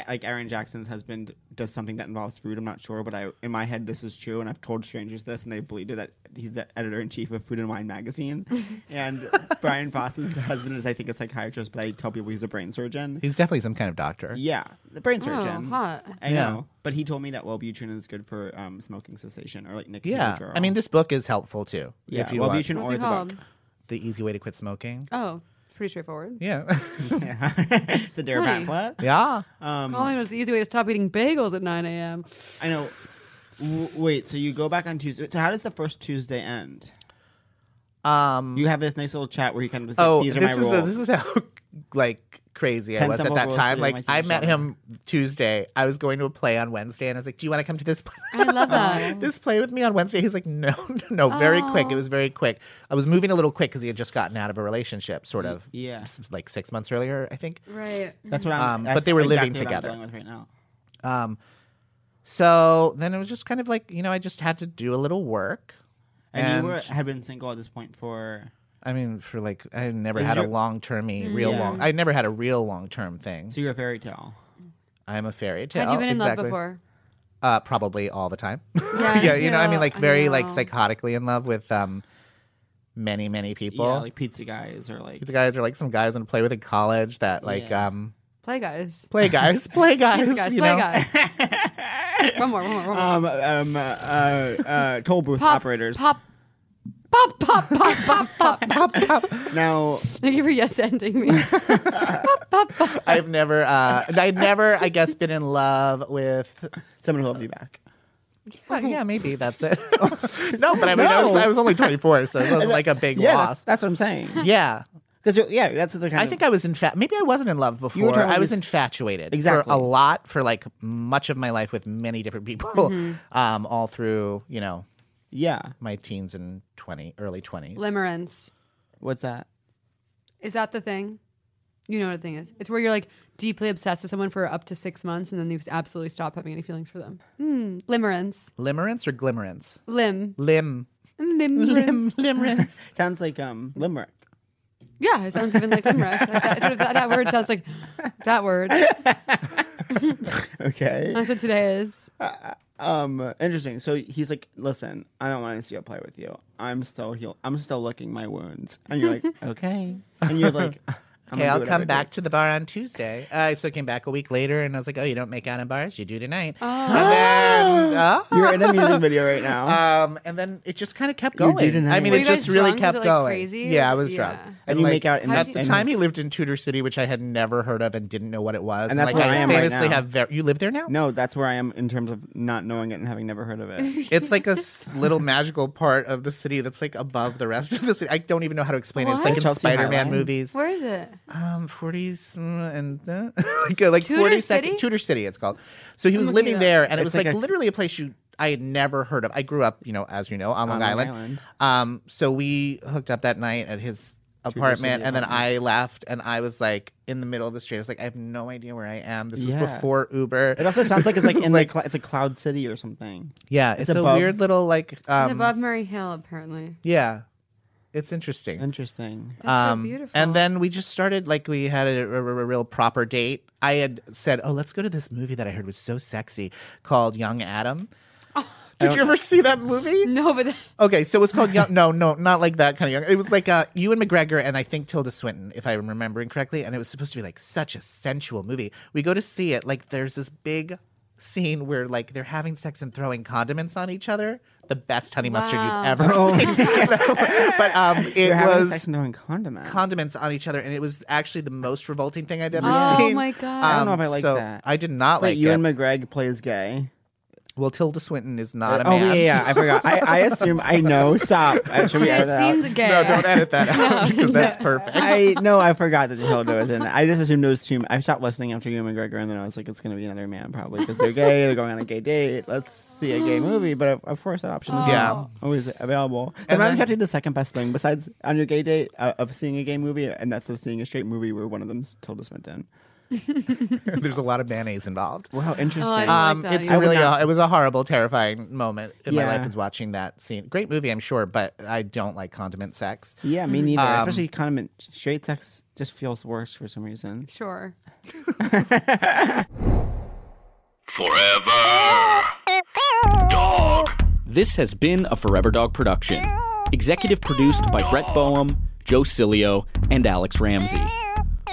A: like Aaron Jackson's husband does something that involves food. I'm not sure, but I in my head this is true, and I've told strangers this, and they believed it that he's the editor in chief of Food and Wine magazine. and Brian Foss's husband is I think a psychiatrist, but I tell people he's a brain surgeon.
C: He's definitely some kind of doctor.
A: Yeah, the brain
B: Oh,
A: surgeon.
B: hot.
A: I
C: Yeah.
A: know, but he told me that Wellbutrin is good for um, smoking cessation or like nicotine
C: Yeah.
A: withdrawal.
C: I mean, this book is helpful too.
A: yeah,
C: If you want
A: Wellbutrin
B: What's
A: or
B: it
A: the
B: called?
A: book.
C: the easy way to quit smoking.
B: Oh, it's pretty straightforward.
C: Yeah.
A: Yeah. it's a
B: Honey.
A: Darapatla.
C: yeah.
B: Calling was the easy way to stop eating bagels at 9 a.m.
A: I know. W- wait, so you go back on Tuesday. So how does the first Tuesday end?
C: Um,
A: You have this nice little chat where you kind of just like,
C: oh,
A: these
C: this
A: are my
C: is
A: rules.
C: this is how like crazy I
A: Ten
C: was at
A: simple
C: that
A: rules
C: time.
A: for
C: Like
A: doing my
C: I
A: TV
C: met
A: show.
C: him Tuesday. I was going to a play on Wednesday, and I was like, "Do you want to come to this?" play?
B: I love that. Oh.
C: This play with me on Wednesday. He's like, no, no, no, very quick. It was very quick. I was moving a little quick because he had just gotten out of a relationship, sort of.
A: yeah.
C: s- Like six months earlier, I think.
B: right.
A: That's what I'm.
C: Um, but
A: that's
C: they were living
A: exactly what I'm
C: together.
A: dealing with right now.
C: So then it was just kind of like, you know, I just had to do a little work.
A: And,
C: And,
A: you were, had been single at this point for.
C: I mean, for like, I never
A: Is
C: had a
A: your-
C: long term,
B: Mm,
C: real
A: Yeah.
C: long, I never had a real long term thing.
A: So you're a fairy tale.
C: I'm a fairy tale.
B: Had you been in
C: exactly.
B: love before?
C: Uh, probably all the time.
B: Yeah,
C: yeah, you know, I mean,
B: yeah,
C: like
B: I
C: very like
B: know.
C: psychotically in love with um, many many people.
A: yeah, like pizza guys or like.
C: These guys are like some guys I play with in college that like
A: Yeah.
C: um,
B: Play guys.
C: play guys, play guys,
B: Pizza guys.
C: you
B: Play
C: know.
B: guys. one more, one more, one more.
A: Um, um, uh, uh, toll booth
B: pop,
A: operators.
B: Pop. Pop, pop, pop, pop, pop, pop, pop.
A: Now,
B: Thank you for yes ending me. pop, pop, pop.
C: I've never, uh, and I'd never, I guess, been in love with.
A: someone who loves you back.
C: Well, yeah, maybe that's it. no, but I mean, I, was,
A: No.
C: I was only 24, so it wasn't like a big
A: Yeah, that's,
C: loss.
A: that's what I'm saying.
C: yeah.
A: Because yeah, that's the kind
C: I
A: of.
C: think I was infatuated. Maybe I wasn't in love
A: You were
C: before.
A: talking
C: I
A: about
C: was
A: this-
C: infatuated for
A: Exactly.
C: a lot for like much of my life with many different people, um, all through you know
A: yeah.
C: my teens and twenty, early twenties.
B: Limerence.
A: What's that?
B: Is that the thing? You know what the thing is. It's where you're like deeply obsessed with someone for up to six months and then you absolutely stop having any feelings for them. Hmm. Limerence.
C: Limerence or glimmerance?
B: Lim.
C: Lim.
B: Limerence.
C: Lim. Limerence.
A: Sounds like um limerick.
B: Yeah, it sounds even like limerick. Like that, sort of, that, that word sounds like that word.
A: Okay.
B: That's what today is.
A: Um, interesting. So he's like, "Listen, I don't want to see a play with you. I'm still heal. I'm still licking my wounds." And you're like, "Okay." And you're like, I'm gonna
C: Okay,
A: do
C: I'll
A: whatever
C: come
A: it
C: back
A: takes.
C: to the bar on Tuesday. Uh, so I came back a week later and I was like, oh, you don't make out in bars? You do tonight. And then, oh,
A: You're in a music video right now.
C: um, and then it just kind of kept
A: You do
C: going.
A: tonight.
C: I mean,
A: Were
C: it
B: you
C: just
B: guys
C: really
B: drunk? Was
C: kept
B: it, like,
C: going.
B: crazy?
C: Yeah, I was
B: Yeah.
C: drunk.
B: And
A: you
C: like,
A: make out in
C: at
A: the-
C: the
A: in
C: time.
A: his-
C: He lived in Tudor City, which I had never heard of and didn't know what it was.
A: And that's
C: like,
A: where I am right
C: famously
A: now.
C: have. Ver- you live there now?
A: no, that's where I am in terms of not knowing it and having never heard of it.
C: It's like a s- little magical part of the city that's like above the rest of the city. I don't even know how to explain it. It's
B: What?
C: like in
A: Chelsea
C: Spider-Man
A: Highline?
C: movies.
B: Where is it?
C: um, 40s mm, and uh, like a, like
B: Tudor
C: 40 second
B: City?
C: Tudor City it's called. So he was
B: looking it
C: living
B: up.
C: there and it was
A: like
C: like,
A: a-
C: literally a place you I had never heard of. I grew up, you know, as you know, on
A: On
C: Long,
A: Long
C: Island.
A: Island.
C: Um so we hooked up that night at his apartment and then I left and I was like in the middle of the street. I was like I have no idea where I am. This
A: Yeah.
C: was before Uber.
A: It also sounds like it's like in the cl- it's a cloud city or something.
C: yeah, it's, a
A: above-
C: weird little like
B: It's
C: um
B: above Murray Hill, apparently.
C: yeah. It's interesting.
A: Interesting.
B: That's so beautiful.
C: um, And then we just started like we had a, a- a- a real proper date. I had said, "Oh, let's go to this movie that I heard was so sexy called Young Adam."
B: Oh.
C: Did you ever see that movie?
B: no, but that,
C: Okay, so it's called Young. No, no, not like that kind of young. It was like uh, Ewan McGregor and I think Tilda Swinton, if I'm remembering correctly. And it was supposed to be like such a sensual movie. We go to see it. Like there's this big scene where like they're having sex and throwing condiments on each other. The best honey mustard you've
B: Wow.
C: ever seen. You know? But um, it
A: Oh You're having
C: was
A: sex and throwing condiments.
C: condiments on each other, and it was actually the most revolting thing I'd ever
B: Oh
C: seen.
B: my God.
C: Um,
B: I
A: don't know if I like
C: so
A: that.
C: I did not
A: Wait,
C: like uh,
A: Ewan
C: it.
A: McGregor plays gay.
C: well, Tilda Swinton is not a
A: oh yeah,
C: man.
A: yeah, I forgot. I, I assume I know. Stop. I, should we edit that out?
B: it seemed gay.
C: Oh, No, don't edit that out because that's perfect.
A: I no, I forgot that Hilda was in. it. I just assumed it was two. I stopped listening after Ewan McGregor, and then I was like, it's going to be another man probably because they're gay. They're going on a gay date. Let's see a gay movie. But of, of course, that option is
C: Yeah.
A: not always available. Sometimes you have to do the second best thing besides on your gay date uh, of seeing a gay movie, and that's of seeing a straight movie where one of them's Tilda Swinton.
C: There's a lot of mayonnaise involved.
A: Wow, interesting.
B: Oh, I like
C: Um,
B: that,
C: it's
B: yeah.
C: a really
A: I would not-
C: it was a horrible, terrifying moment in
A: Yeah.
C: my life is watching that scene. Great movie, I'm sure, but I don't like condiment sex.
A: yeah,
C: Mm-hmm.
A: me neither.
C: Um,
A: Especially condiment straight sex just feels worse for some reason.
B: Sure.
D: Forever. Dog.
E: This has been a Forever Dog production. Executive produced by Brett Boehm, Joe Cilio, and Alex Ramsey.